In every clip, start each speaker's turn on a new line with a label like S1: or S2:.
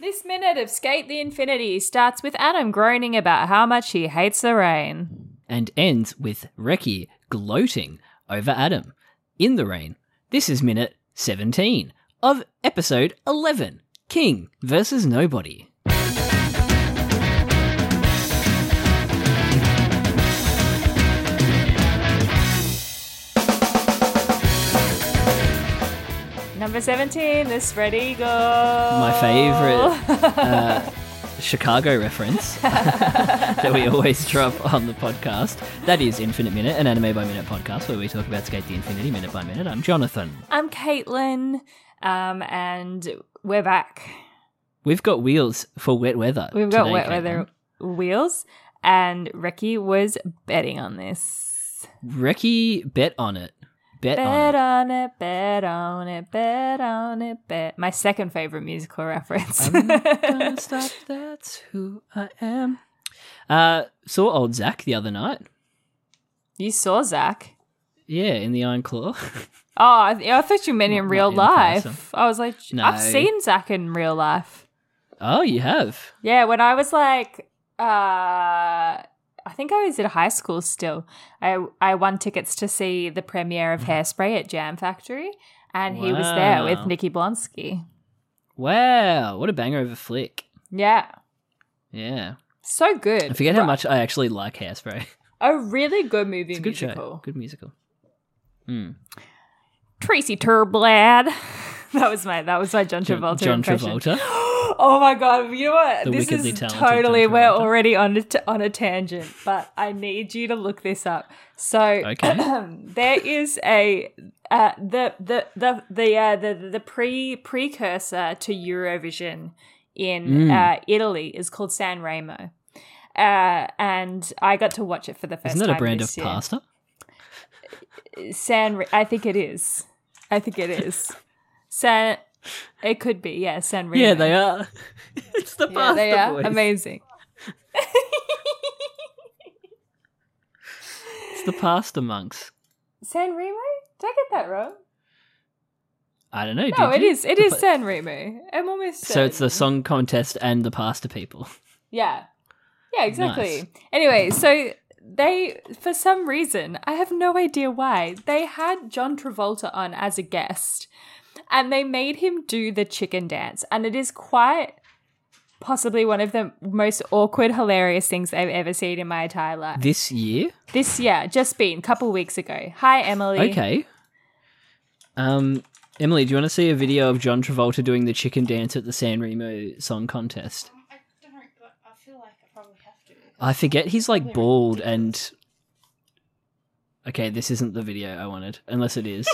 S1: This minute of Skate the Infinity starts with Adam groaning about how much he hates the rain.
S2: and ends with Reki gloating over Adam in the rain. This is minute 17 of episode 11 King versus Nobody.
S1: Number 17, the spread eagle.
S2: My
S1: My
S2: favorite
S1: Oh.
S2: uh, Chicago reference that we always drop on the podcast. That is Infinite Minute, an anime by minute podcast where we talk about Skate the Infinity minute by minute. I'm Jonathan.
S1: I'm Caitlin, um, and we're back.
S2: We've got wheels for wet weather.
S1: We've got
S2: today,
S1: wet
S2: Caitlin.
S1: weather wheels, and Ricky was betting on this.
S2: Reki bet on it. Bet, on
S1: Bet
S2: it.
S1: on it, bet on it, bet on it, bet. My second favorite musical reference.
S2: I'm not gonna stop. That's who I am. Uh, saw old Zach the other night.
S1: you saw Zach.
S2: Yeah, in the Iron Claw.
S1: Oh, I, th- I thought you meant
S2: Not-
S1: in real
S2: not in
S1: life.
S2: person.
S1: I was like,
S2: No.
S1: I've seen Zach in real life.
S2: oh, you have.
S1: Yeah, when I was like, uh, I think I was in high school still. I I won tickets to see the premiere of Hairspray at Jam Factory, and he was there
S2: Mm-hmm. Wow.
S1: with Nikki Blonsky.
S2: Wow, what a banger of a flick.
S1: Yeah,
S2: Yeah,
S1: so good.
S2: I forget how
S1: Right.
S2: much I actually like Hairspray.
S1: a really good movie
S2: It's a good
S1: musical.
S2: show. Good musical. Mm.
S1: Tracy Turblad. that was my that was my John
S2: Jo-
S1: Travolta
S2: John
S1: impression.
S2: Travolta.
S1: Oh my god! You know what?
S2: The
S1: this
S2: wickedly
S1: is
S2: talented
S1: totally
S2: John
S1: we're
S2: Travolta.
S1: already on a t- on a tangent, but I need you to look this up. So
S2: Okay.
S1: there is a uh, the the the the uh, the the pre precursor to Eurovision in
S2: Mm.
S1: uh, Italy is called San Remo. Uh, and I got to watch it for the 1st
S2: Isn't that
S1: time.
S2: a brand of
S1: this year.
S2: pasta?
S1: San, I think it is. I think it is. San, it could be. Yeah, San Remo.
S2: Yeah, they are. it's the
S1: Yeah,
S2: pasta
S1: they are
S2: boys.
S1: amazing.
S2: It's the pasta monks.
S1: San Remo? Did I get that wrong?
S2: I don't know.
S1: No,
S2: did
S1: it
S2: you?
S1: is. It is San Remo. I'm almost.
S2: So it's the
S1: certain.
S2: song contest and the pasta people.
S1: Yeah. Yeah, exactly.
S2: Nice.
S1: Anyway, so they, for some reason, I have no idea why, they had John Travolta on as a guest and they made him do the chicken dance. And it is quite possibly one of the most awkward, hilarious things I've ever seen in my entire life. This,
S2: This year.
S1: yeah, just been a couple weeks ago. Hi, Emily.
S2: Okay. Um, Emily, do you want to see a video of John Travolta doing the chicken dance at the San Remo song contest?
S3: I don't know, but I feel like I probably have to.
S2: I forget he's like bald and. Okay, this isn't the video I wanted, unless it is.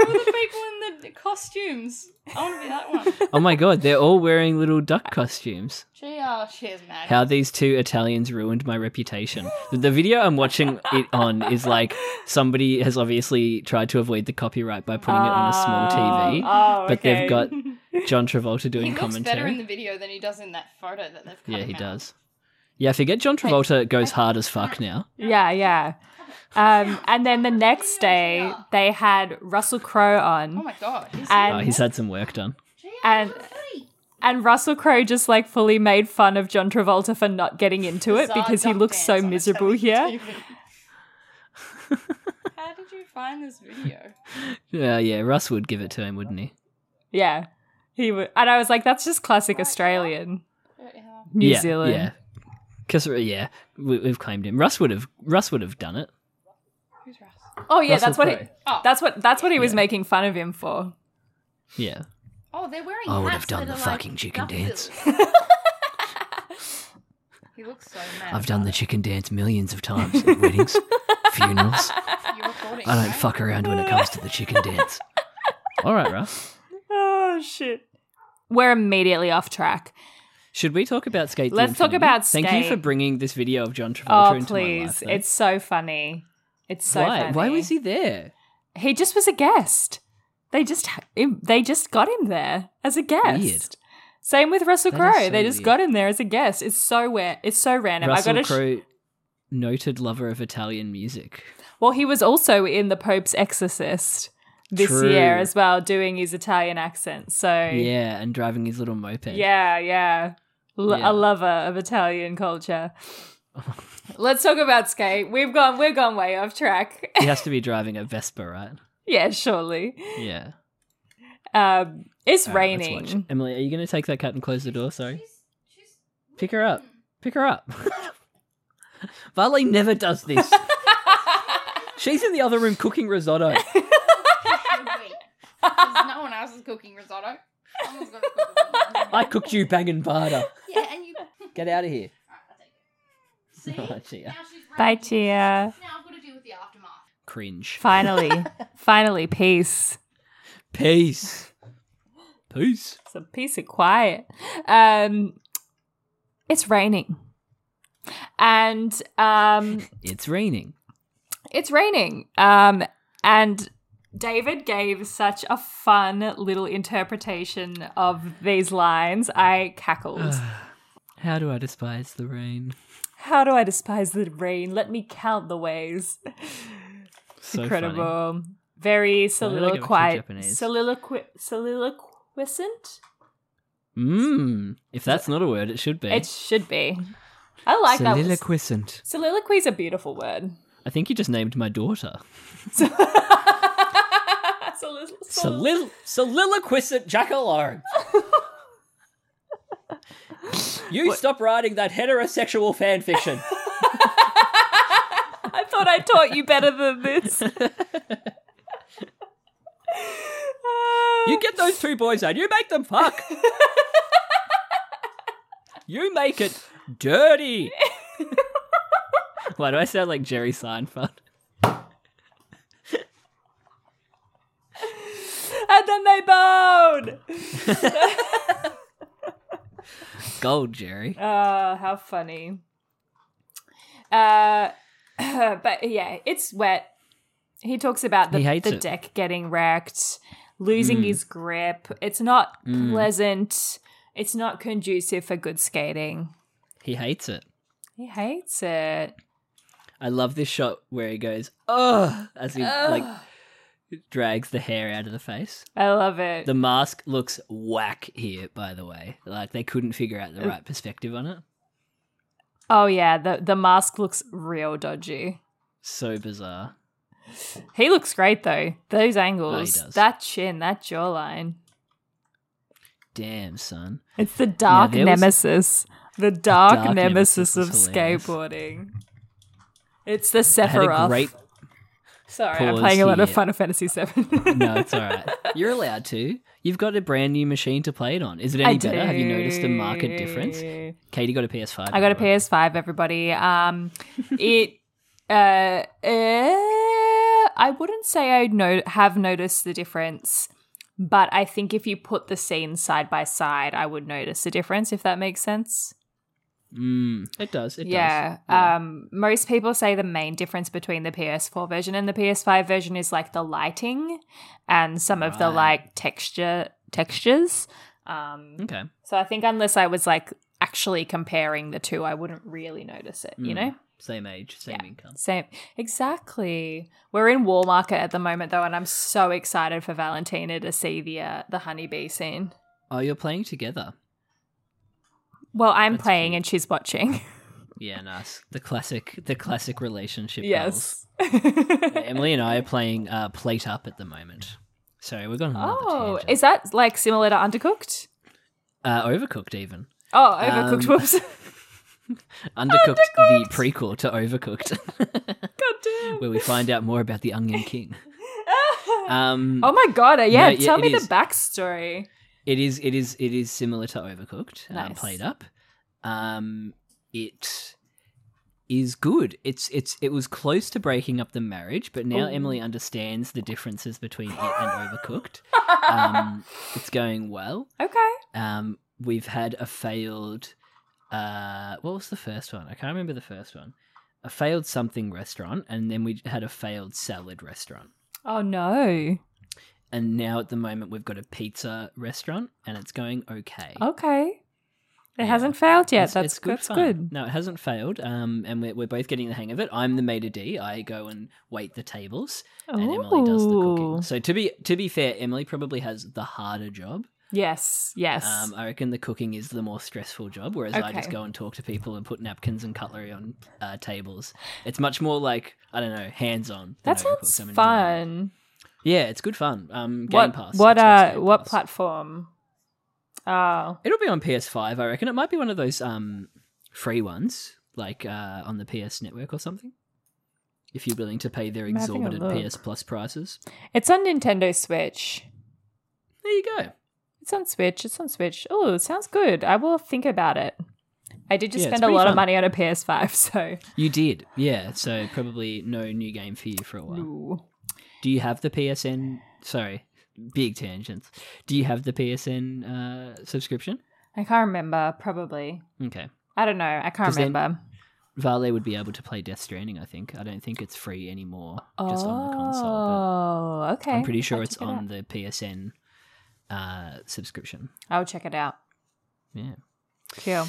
S3: Who are the people in the costumes? I want to be that one.
S2: oh my god, they're all wearing little duck costumes.
S3: Gee, oh, cheers, Maggie.
S2: How these two Italians ruined my reputation. The- The video I'm watching it on is like somebody has obviously tried to avoid the copyright by putting it on a small TV,
S1: Oh,
S2: but
S1: okay.
S2: they've got John Travolta doing
S3: he looks
S2: commentary.
S3: better in the video than he does in that photo that they've cut
S2: Yeah, he
S3: him out.
S2: does. Yeah, I forget John Travolta goes hard as fuck now.
S1: Yeah, yeah. Um, and then the next day, they had Russell Crowe
S3: Oh
S1: on,
S3: my god. He's
S1: And-
S2: Oh, he's had some work done.
S1: and and Russell Crowe just like fully made fun of John Travolta for not getting into it
S3: bizarre
S1: because he
S3: duck
S1: looks so
S3: dance on a
S1: miserable
S3: Sony
S1: here.
S3: TV. How did you find this video?
S2: Yeah, yeah, Russ would give it to him, wouldn't he?
S1: Yeah, he w- and I was like, that's just classic Australian,
S3: Yeah.
S1: New
S2: yeah,
S1: Zealand.
S2: Yeah, because yeah, we, we've claimed him. Russ would have. Russ would have done it.
S3: Who's Russ?
S1: Oh yeah,
S2: Russell
S1: that's what
S2: Crowe.
S1: it,
S3: Oh.
S1: that's what that's what he was
S2: Yeah.
S1: making fun of him for.
S2: Yeah,
S3: Oh, they're wearing
S2: I would
S3: hats
S2: have done
S3: that
S2: the
S3: are like
S2: fucking chicken
S3: duck
S2: dance.
S3: bills. he looks so mad.
S2: I've done the chicken dance millions of times at weddings, funerals.
S3: You're recording.
S2: I don't
S3: right?
S2: fuck around when it comes to the chicken dance. All right, Russ.
S1: Oh shit. We're immediately off track.
S2: Should we talk about Skate? the
S1: Let's talk
S2: Infinity?
S1: about
S2: Thank you
S1: Skate.
S2: for bringing this video of John Travolta
S1: Oh
S2: into my life.
S1: please.
S2: though.
S1: It's so funny. It's so
S2: why?
S1: funny.
S2: Why was he there?
S1: He just was a guest. They just they just got him there as a guest.
S2: Weird.
S1: Same with Russell
S2: That is
S1: Crowe.
S2: so
S1: they just
S2: weird.
S1: got him there as a guest. It's so weird. It's so random. I
S2: Russell
S1: got to. Sh-
S2: Crowe, noted lover of Italian music.
S1: well, he was also in The Pope's Exorcist this
S2: True.
S1: year as well, doing his Italian accent. So
S2: Yeah, and driving his little moped.
S1: Yeah, yeah. L-
S2: Yeah.
S1: A lover of Italian culture. Let's talk about skate. We've gone we've gone way off track.
S2: he has to be driving a Vespa, right?
S1: yeah, surely.
S2: Yeah.
S1: Um, it's
S2: All right, Uh, let's
S1: raining.
S2: watch it. Emily, are you going to take that cat and close the door? Sorry. Pick her up. Pick her up. Varley never does this. She's in the other room cooking risotto.
S3: Wait. 'Cause no one else is cooking risotto. Someone's got to cook it.
S2: I cooked you banging barter.
S3: Yeah, and you.
S2: Get out of here.
S3: See?
S2: Oh, gee, yeah.
S3: Now she's
S1: Bye,
S3: raging.
S1: Chia.
S3: Now I've got to deal with the aftermath.
S2: Cringe.
S1: Finally, finally, peace.
S2: Peace. Peace.
S1: Some peace and quiet. Um, it's raining, and um,
S2: It's raining.
S1: it's raining. Um, and David gave such a fun little interpretation of these lines. I cackled.
S2: How do I despise the rain?
S1: How do I despise the rain? Let me count the ways.
S2: So
S1: Incredible.
S2: Funny.
S1: Very
S2: I gotta go back to
S1: soliloquy,
S2: Japanese.
S1: soliloqui, soliloquisant.
S2: Mm, if that's not a word, it should be.
S1: It should be. I like that. word.
S2: Soliloquisant.
S1: Soliloquy is a beautiful word.
S2: I think you just named my daughter.
S1: Solil- solil-
S2: Solil- soliloquisant Jackalow. you stop writing that heterosexual fan fiction.
S1: I thought I taught you better than this.
S2: you get those two boys out. You make them fuck. you make it dirty. Why do I sound like Jerry Seinfeld?
S1: and then they bowed.
S2: Gold, Jerry.
S1: Oh, how funny. Uh, but yeah, it's wet. He talks about the,
S2: He hates
S1: the
S2: it. Mm.
S1: deck getting wrecked, losing his grip. It's not pleasant. It's not conducive for good skating.
S2: He hates it.
S1: He hates it.
S2: I love this shot where he goes, "Ugh," as he like drags the hair out of the face.
S1: I love it.
S2: The mask looks whack here, by the way. Like they couldn't figure out the
S1: Mm.
S2: right perspective on it.
S1: oh yeah, the the mask looks real dodgy.
S2: So bizarre.
S1: He looks great though. Those angles,
S2: Oh, does.
S1: that chin, that jawline.
S2: Damn, son.
S1: It's the dark
S2: there was-
S1: nemesis. The dark,
S2: dark
S1: nemesis,
S2: nemesis was
S1: of
S2: hilarious.
S1: skateboarding. It's the
S2: I had
S1: Sephiroth.
S2: a great.
S1: Sorry, I'm
S2: pause
S1: playing a lot of
S2: here.
S1: Final Fantasy VII.
S2: No, it's all right. You're allowed to. You've got a brand new machine to play it on. Is it any better? Have you noticed a marked difference?
S1: do.
S2: Katie got a PS5.
S1: I got a
S2: by the way.
S1: PS5, everybody. Um, it. Uh, uh, I wouldn't say I no- have noticed the difference, but I think if you put the scenes side by side, I would notice the difference. If that makes sense.
S2: Mm, it does. It
S1: yeah.
S2: does. Yeah.
S1: Um, most people say the main difference between the PS4 version and the PS5 version is like the lighting and some of the
S2: Right.
S1: like texture textures. Um,
S2: okay.
S1: so I think unless I was like actually comparing the two, I wouldn't really notice it. You
S2: Mm.
S1: know,
S2: Same age, same income.
S1: same exactly. We're in War Market at the moment though, and I'm so excited for Valentina to see the uh, the honeybee scene.
S2: Oh, you're playing together.
S1: Well, I'm
S2: That's
S1: playing
S2: cute.
S1: and she's watching.
S2: Yeah, nice. The classic, the classic relationship. goals.
S1: yes.
S2: Emily and I are playing uh, Plate Up at the moment. Sorry, we're going on another
S1: Oh,
S2: tangent.
S1: is that like similar to Undercooked?
S2: uh, Overcooked even.
S1: Oh, overcooked.
S2: Um,
S1: Whoops.
S2: Undercooked, the prequel to Overcooked,
S1: God damn.
S2: where we find out more about the Onion King. Um,
S1: Oh my god. uh, Yeah.
S2: No, yeah,
S1: tell me
S2: it is.
S1: the backstory.
S2: It is, it is, it is similar to Overcooked. Uh,
S1: Nice.
S2: Plate Up. Um, it is good. It's it's it was close to breaking up the marriage, but now Emily understands the differences between it and Overcooked. Um, it's going well.
S1: Okay.
S2: Um, we've had a failed. Uh, what was the first one? I can't remember the first one. A failed something restaurant, and then we had a failed salad restaurant.
S1: Oh no.
S2: And now at the moment, we've got a pizza restaurant, and it's going okay.
S1: Okay. It hasn't failed yet.
S2: It's-
S1: that's
S2: it's
S1: that's
S2: fun.
S1: good.
S2: No, it hasn't failed. Um, and we're, we're both getting the hang of it. I'm the maitre d. I go and wait the tables, and Emily does the
S1: Ooh.
S2: cooking. So to be to be fair, Emily probably has the harder job.
S1: Yes. Yes.
S2: Um, I reckon the cooking is the more stressful job, whereas I just
S1: Okay.
S2: go and talk to people and put napkins and cutlery on uh, tables. It's much more like I don't know, hands on.
S1: that sounds fun.
S2: Yeah, it's good fun. Um, Game
S1: what
S2: Pass.
S1: what
S2: Xbox
S1: uh
S2: Game
S1: what
S2: Pass.
S1: platform? Oh.
S2: It'll be on PS5, I reckon. It might be one of those um free ones, like uh, on the PS Network or something. If you're willing to pay their
S1: I'm having a
S2: exorbitant PS Plus prices,
S1: It's on Nintendo Switch.
S2: there you go.
S1: It's on Switch. It's on Switch. Oh, it sounds good. I will think about it. I did just
S2: Yeah, it's
S1: spend a
S2: pretty
S1: lot of
S2: fun.
S1: money on a PS5, so
S2: You did, yeah. So probably no new game for you for a while.
S1: Ooh.
S2: Do you have the PSN? Sorry, big tangents. Do you have the PSN uh, subscription?
S1: I can't remember. Probably.
S2: Okay,
S1: I don't know. I can't
S2: Does then-
S1: remember.
S2: Vale would be able to play Death Stranding. I think. I don't think it's free anymore, just on the console.
S1: oh, okay.
S2: But I'm pretty sure
S1: I'll
S2: it's
S1: check it
S2: on
S1: out.
S2: the PSN uh, subscription.
S1: I'll check it out.
S2: Yeah.
S1: Cool.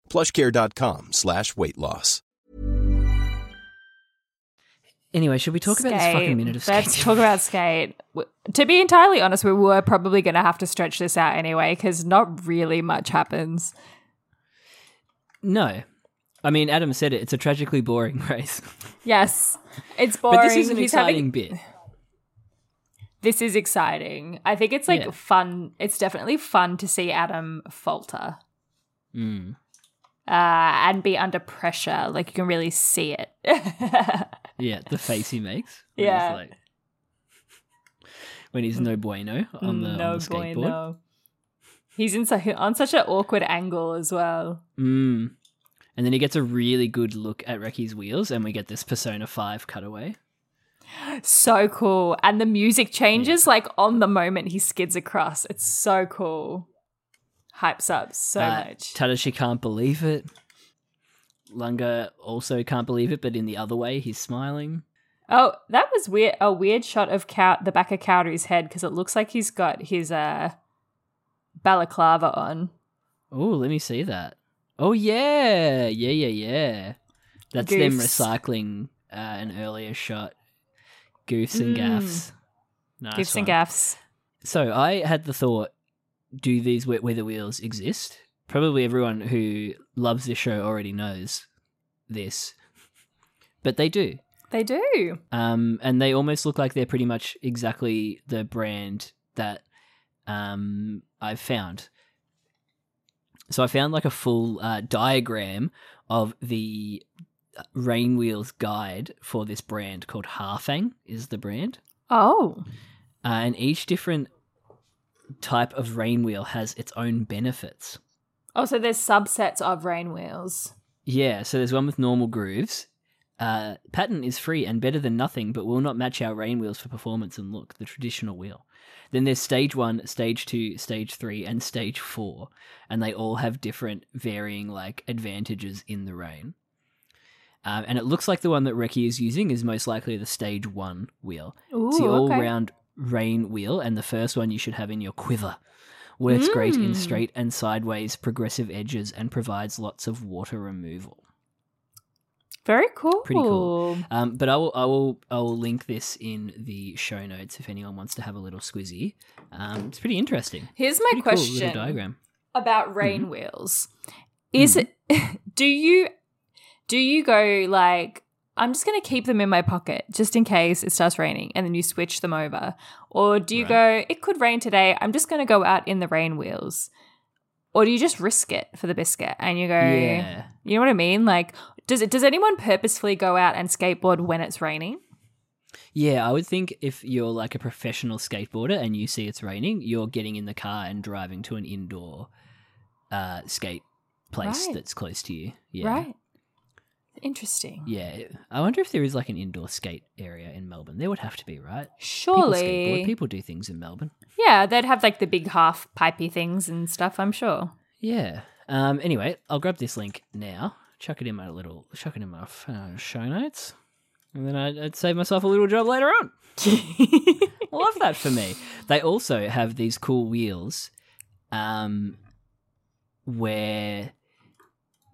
S4: Plushcare.com slash weight loss.
S2: Anyway, should we talk about this fucking
S1: Skate.
S2: minute of
S1: Let's
S2: skate?
S1: talk about skate. W- To be entirely honest, we were probably going to have to stretch this out anyway because not really much happens.
S2: no. I mean, Adam said it. It's a tragically boring race,
S1: Yes, it's boring.
S2: but this is an
S1: He's
S2: exciting
S1: having-
S2: bit.
S1: this is exciting. I think it's like
S2: Yeah.
S1: fun. It's definitely fun to see Adam falter
S2: Mm.
S1: uh, and be under pressure. Like you can really see it.
S2: Yeah, the face he makes. when he's
S1: Yeah.
S2: like- when he's no bueno on the, on the skateboard.
S1: bueno. He's in su- on such an awkward angle as well.
S2: Mm. And then he gets a really good look at Reki's wheels, and we get this Persona 5 cutaway.
S1: So cool. And the music changes like on the moment he skids across. It's so cool. Hypes up so
S2: Uh,
S1: much.
S2: Tadashi can't believe it. Lunga also can't believe it, but in the other way, he's smiling.
S1: oh, that was weird. A weird shot of Cow- the back of Cowdery's head because it looks like he's got his uh, balaclava on.
S2: Oh, let me see that. Oh yeah, yeah, yeah, yeah. That's them
S1: Goofs.
S2: recycling uh, an earlier shot. Goofs
S1: Mm.
S2: and gaffs. Nice
S1: Gives
S2: one.
S1: and gaffs.
S2: So I had the thought: Do these wet weather wheels exist? Probably everyone who loves this show already knows this, but they do.
S1: They do.
S2: Um, and they almost look like they're pretty much exactly the brand that um, I've found. So I found like a full uh, diagram of the uh, rain wheels guide for this brand called Harfang is the brand,
S1: Oh,
S2: uh, and each different type of rain wheel has its own benefits.
S1: Oh, so there's subsets of rain wheels.
S2: Yeah, so there's one with normal grooves. Uh, pattern is free and better than nothing, but will not match our rain wheels for performance and look, the traditional wheel. Then there's stage one, stage two, stage three, and stage four, and they all have different varying like advantages in the rain. Um, and it looks like the one that Reki is using is most likely the stage one wheel. it's the
S1: Ooh,
S2: all
S1: okay.
S2: round rain wheel, and the first one you should have in your quiver. Works great in
S1: Mm.
S2: straight and sideways progressive edges and provides lots of water removal.
S1: Very cool.
S2: Pretty cool. Um, but I will, I will, I will link this in the show notes if anyone wants to have a little squizzy. Um, it's pretty interesting.
S1: Here's my
S2: Pretty cool
S1: question
S2: little diagram.
S1: about rain
S2: Mm-hmm.
S1: wheels. Is it do you do you go like I'm just going to keep them in my pocket just in case it starts raining and then you switch them over? Or do you go it could rain today, I'm just going to go out in the rain wheels? Or do you just risk it for the biscuit and you go
S2: Yeah.
S1: You know what I mean? Like does it does anyone purposefully go out and skateboard when it's raining?
S2: Yeah, I would think if you're like a professional skateboarder and you see it's raining, you're getting in the car and driving to an indoor uh, skate place
S1: Right.
S2: that's close to you. Yeah.
S1: Right. Interesting.
S2: Yeah. I wonder if there is like an indoor skate area in Melbourne. There would have to be, right? People skateboard.
S1: Surely.
S2: People do things in Melbourne.
S1: Yeah, they'd have like the big half pipey things and stuff, I'm sure.
S2: Yeah. Um, anyway, I'll grab this link now, chuck it in my little, chuck it in my uh, show notes, and then I'd, I'd save myself a little job later on. Love that for me. They also have these cool wheels, um, where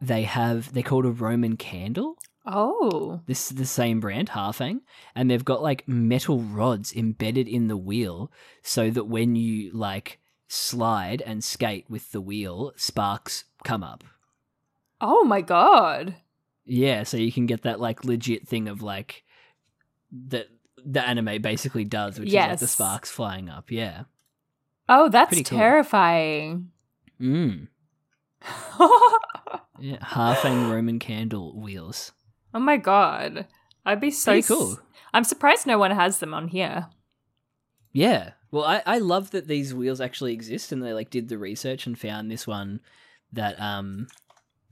S2: they have they're called a Roman candle.
S1: Oh.
S2: This is the same brand, Harfang, and they've got like metal rods embedded in the wheel so that when you like slide and skate with the wheel, sparks come up.
S1: Oh my god.
S2: Yeah, so you can get that like legit thing of like that the anime basically does, which is like the
S1: Yes.
S2: sparks flying up. Yeah.
S1: Oh, that's
S2: Pretty cool.
S1: terrifying.
S2: Mm.
S1: oh
S2: Yeah. Harfang Roman candle wheels.
S1: my god. I'd be so
S2: Pretty
S1: s-
S2: cool.
S1: I'm surprised no one has them on here.
S2: Yeah. Well, I, I love that these wheels actually exist and they like did the research and found this one that um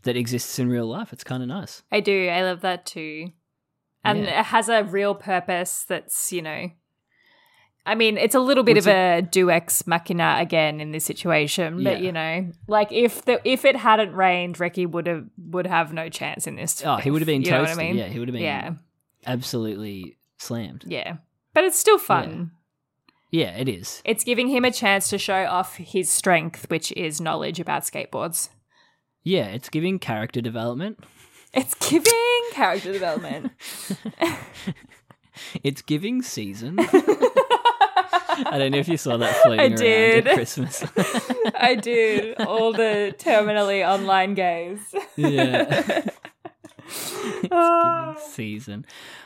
S2: that exists in real life. It's kind of nice.
S1: I do. I love that too. And
S2: Yeah.
S1: it has a real purpose that's, you know. I mean, it's a little bit
S2: What's
S1: of a duex machina again in this situation, but
S2: Yeah.
S1: you know, like if the if it hadn't rained, Reki would have would have no chance in this.
S2: Oh, he would have been
S1: You know what I
S2: toasted.
S1: mean?
S2: Yeah, he would have been
S1: yeah,
S2: absolutely slammed.
S1: yeah. But it's still fun.
S2: Yeah, it is.
S1: It's giving him a chance to show off his strength, which is knowledge about skateboards.
S2: Yeah, it's giving character development.
S1: It's giving character development.
S2: It's giving season. I don't know if you saw that floating
S1: I
S2: around
S1: did.
S2: at Christmas.
S1: I did all the terminally online gays.
S2: yeah. it's giving season.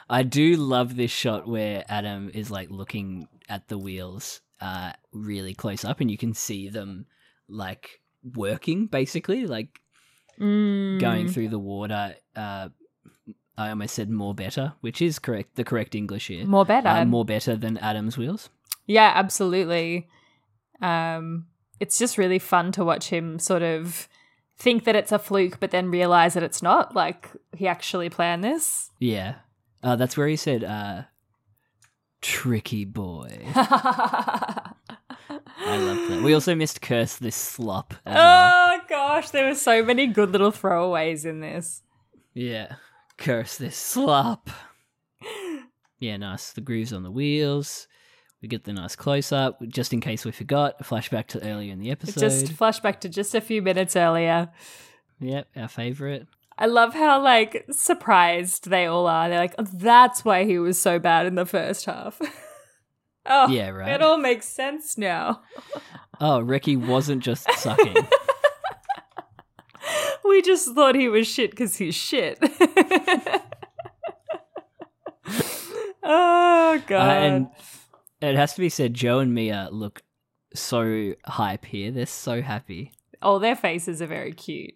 S2: I do love this shot where Adam is like looking at the wheels uh really close up and you can see them like working basically, like
S1: Mm.
S2: going through the water uh I almost said more better, which is correct the correct English here.
S1: More better.
S2: Uh, more better than Adam's wheels.
S1: yeah, absolutely. Um, it's just really fun to watch him sort of think that it's a fluke, but then realize that it's not. Like he actually planned this.
S2: Yeah. Uh, that's where he said, uh, tricky boy. I love that. We also missed Curse this slop. As well.
S1: Oh gosh, there were so many good little throwaways in this.
S2: Yeah. Curse this slop. Yeah, nice. The grooves on the wheels. We get the nice close up, just in case we forgot. A flashback to earlier in the episode.
S1: Just flashback to just a few minutes earlier.
S2: Yep, our favorite.
S1: I love how like surprised they all are. They're like, "Oh, that's why he was so bad in the first half. oh,
S2: Yeah, right.
S1: It all makes sense now.
S2: Oh, Ricky wasn't just sucking.
S1: We just thought he was shit because he's shit. oh god.
S2: Uh, and it has to be said, Joe and Mia look so hype here. They're so happy.
S1: oh, their faces are very cute.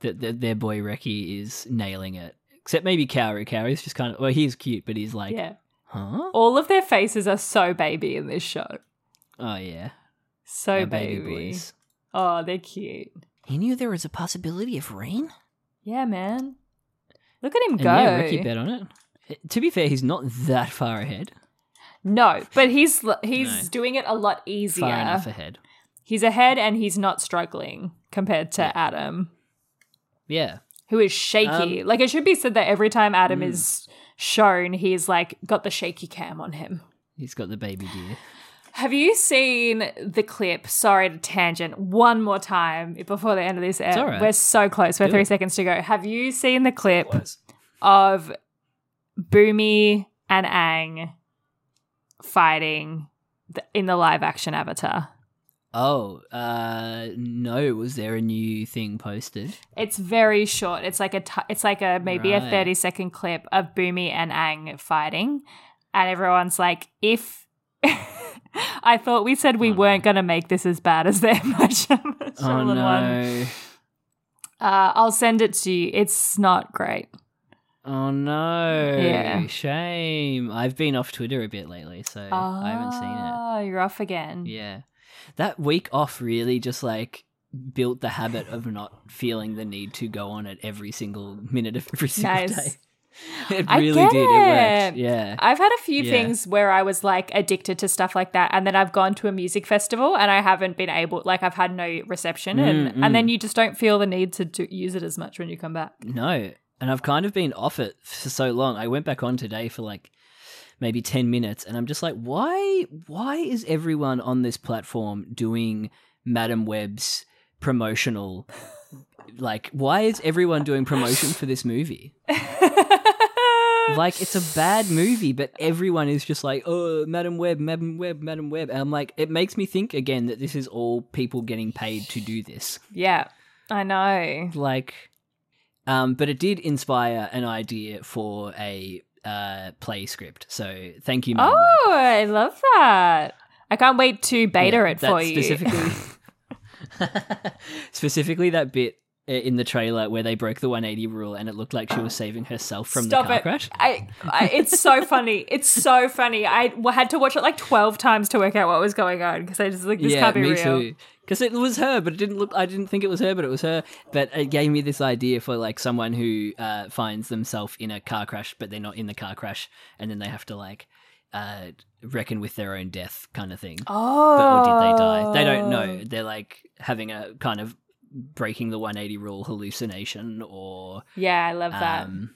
S2: that, that their boy Reki is nailing it. Except maybe Kaoru. Kaoru's just kind of well, he's cute, but he's like,
S1: yeah.
S2: huh?
S1: All of their faces are so baby in this show.
S2: Oh yeah,
S1: So
S2: Our
S1: baby. Oh, they're cute.
S2: He knew there was a possibility of rain.
S1: Yeah, man. Look at him
S2: And
S1: go.
S2: yeah, Reki bet on it. Eh, To be fair, he's not that far ahead.
S1: No, but he's l- he's
S2: No.
S1: doing it a lot
S2: Far enough
S1: easier.
S2: ahead.
S1: He's ahead and he's not struggling compared to Adam,
S2: Yeah,
S1: who is shaky.
S2: Um,
S1: like it should be said that every time Adam
S2: mm.
S1: is shown, he's like got the shaky cam on him.
S2: He's got the baby deer.
S1: Have you seen the clip? Sorry to tangent one more time before the end of this. It's
S2: all right.
S1: We're so close. We're
S2: Do
S1: three
S2: it.
S1: seconds to go. Have you seen the clip of Boomy and Ang fighting th- in the live action Avatar?
S2: Oh, uh, no. Was there a new thing posted?
S1: It's very short. It's like a t- it's like a maybe a
S2: Right.
S1: 30 second clip of Boomy and Ang fighting and everyone's like if I thought we said we weren't going to make this as bad as their Shonen
S2: oh,
S1: one.
S2: no.
S1: Uh, I'll send it to you. It's not great.
S2: Oh, no.
S1: Yeah.
S2: Shame. I've been off Twitter a bit lately, so I haven't seen it.
S1: Oh, you're off again.
S2: Yeah. That week off really just like built the habit of not feeling the need to go on it every single minute of every single
S1: Nice.
S2: day. It
S1: I
S2: really
S1: get
S2: did. It
S1: it.
S2: worked. Yeah.
S1: I've had a few
S2: Yeah.
S1: things where I was like addicted to stuff like that, and then I've gone to a music festival and I haven't been able, like, I've had no reception, and,
S2: Mm,
S1: and then
S2: mm.
S1: you just don't feel the need to do, use it as much when you come back.
S2: No. And I've kind of been off it for so long. I went back on today for like maybe 10 minutes and I'm just like, why why is everyone on this platform doing Madam Web's promotional like why is everyone doing promotion for this movie? like it's a bad movie, but everyone is just like, oh, Madam Web, Madam Web, Madam Web. And I'm like, it makes me think again that this is all people getting paid to do this.
S1: yeah, I know.
S2: Like, um, but it did inspire an idea for a uh, play script. So thank you, Madam Web.
S1: Oh, I love that. I can't wait to beta
S2: Yeah,
S1: it
S2: that
S1: for you.
S2: Specifically, specifically that bit uh, in the trailer where they broke the 180 rule and it looked like she was saving herself from
S1: Oh. Stop
S2: the car
S1: it.
S2: crash.
S1: I, I, it's so funny. It's so funny. I w- had to watch it like 12 times to work out what was going on because I just like, this can't be real.
S2: Because it was her, but it didn't look. I didn't think it was her, but it was her. But it gave me this idea for like someone who uh, finds themselves in a car crash, but they're not in the car crash, and then they have to like uh, reckon with their own death, kind of thing.
S1: Oh.
S2: But or did they die? They don't know. They're like having a kind of breaking the 180 rule hallucination, or
S1: Yeah, I love that.
S2: um,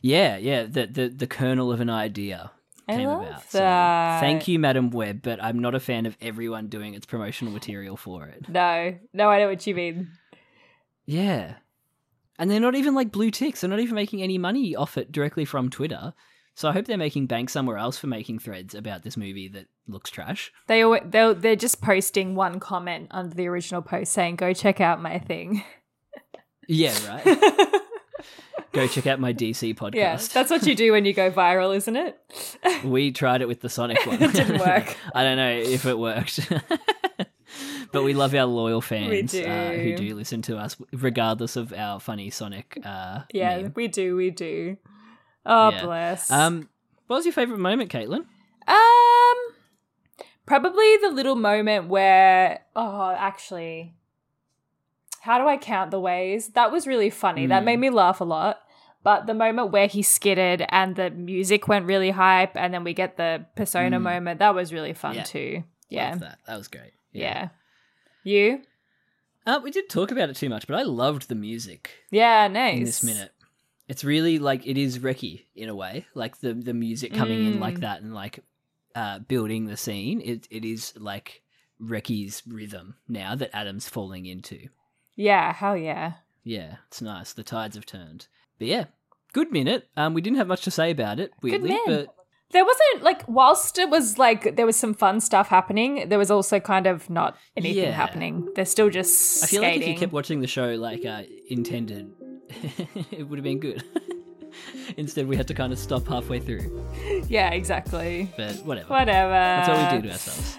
S2: yeah, yeah. The the the kernel of an idea.
S1: I
S2: Came
S1: love
S2: about. So,
S1: that.
S2: thank you, Madam Web, but I'm not a fan of everyone doing its promotional material for it.
S1: no, no, I know what you mean.
S2: Yeah. And they're not even like blue ticks. They're not even making any money off it directly from Twitter. So I hope they're making bank somewhere else for making threads about this movie that looks trash.
S1: They always, they're, they're just posting one comment under the original post saying, go check out my thing.
S2: Yeah, right. Go check out my DC podcast.
S1: Yeah, that's what you do when you go viral, isn't it?
S2: we tried it with the Sonic one.
S1: It didn't work.
S2: I don't know if it worked. but we love our loyal fans Uh, who
S1: do.
S2: do listen to us, regardless of our funny Sonic. Uh,
S1: Yeah,
S2: meme.
S1: we do, we do. Oh,
S2: Yeah.
S1: bless.
S2: Um, what was your favorite moment, Caitlin?
S1: Um, probably the little moment where oh, actually, how do I count the ways? That was really funny. That
S2: Hmm.
S1: made me laugh a lot. But the moment where he skidded and the music went really hype, and then we get the persona moment, that was really fun
S2: Hmm. Yeah.
S1: too. Yeah,
S2: Love that. That was great.
S1: yeah. You?
S2: Uh, we did talk about it too much, but I loved the music
S1: Yeah, nice.
S2: in this minute. It's really like it is Reki in a way, like the the music coming in
S1: Mm.
S2: like that and like uh, building the scene. It it is like Reki's rhythm now that Adam's falling into.
S1: Yeah, hell yeah.
S2: Yeah, it's nice. The tides have turned, but yeah, good minute. Um, we didn't have much to say about it weirdly,
S1: minute.
S2: but
S1: There wasn't like whilst it was like there was some fun stuff happening. There was also kind of not anything
S2: Yeah.
S1: happening. They're still just.
S2: I feel
S1: skating.
S2: like if you kept watching the show like uh, intended, it would have been good. Instead, we had to kind of stop halfway through.
S1: Yeah, exactly.
S2: But whatever.
S1: Whatever.
S2: That's all we
S1: Uh,
S2: do to ourselves.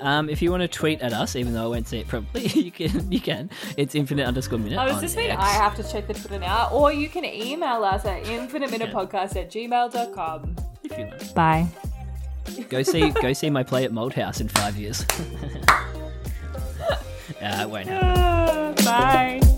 S2: Um, if you want to tweet at us, even though I won't say it properly, you can. You can. It's infinite underscore minute.
S1: Oh, does
S2: on
S1: this mean
S2: X.
S1: I have to check the Twitter now? Or you can email us at infiniteminutepodcast at gmail.com.
S2: If you like.
S1: Bye.
S2: Go see. go see my play at Malthouse in five years. uh, it won't happen.
S1: Bye.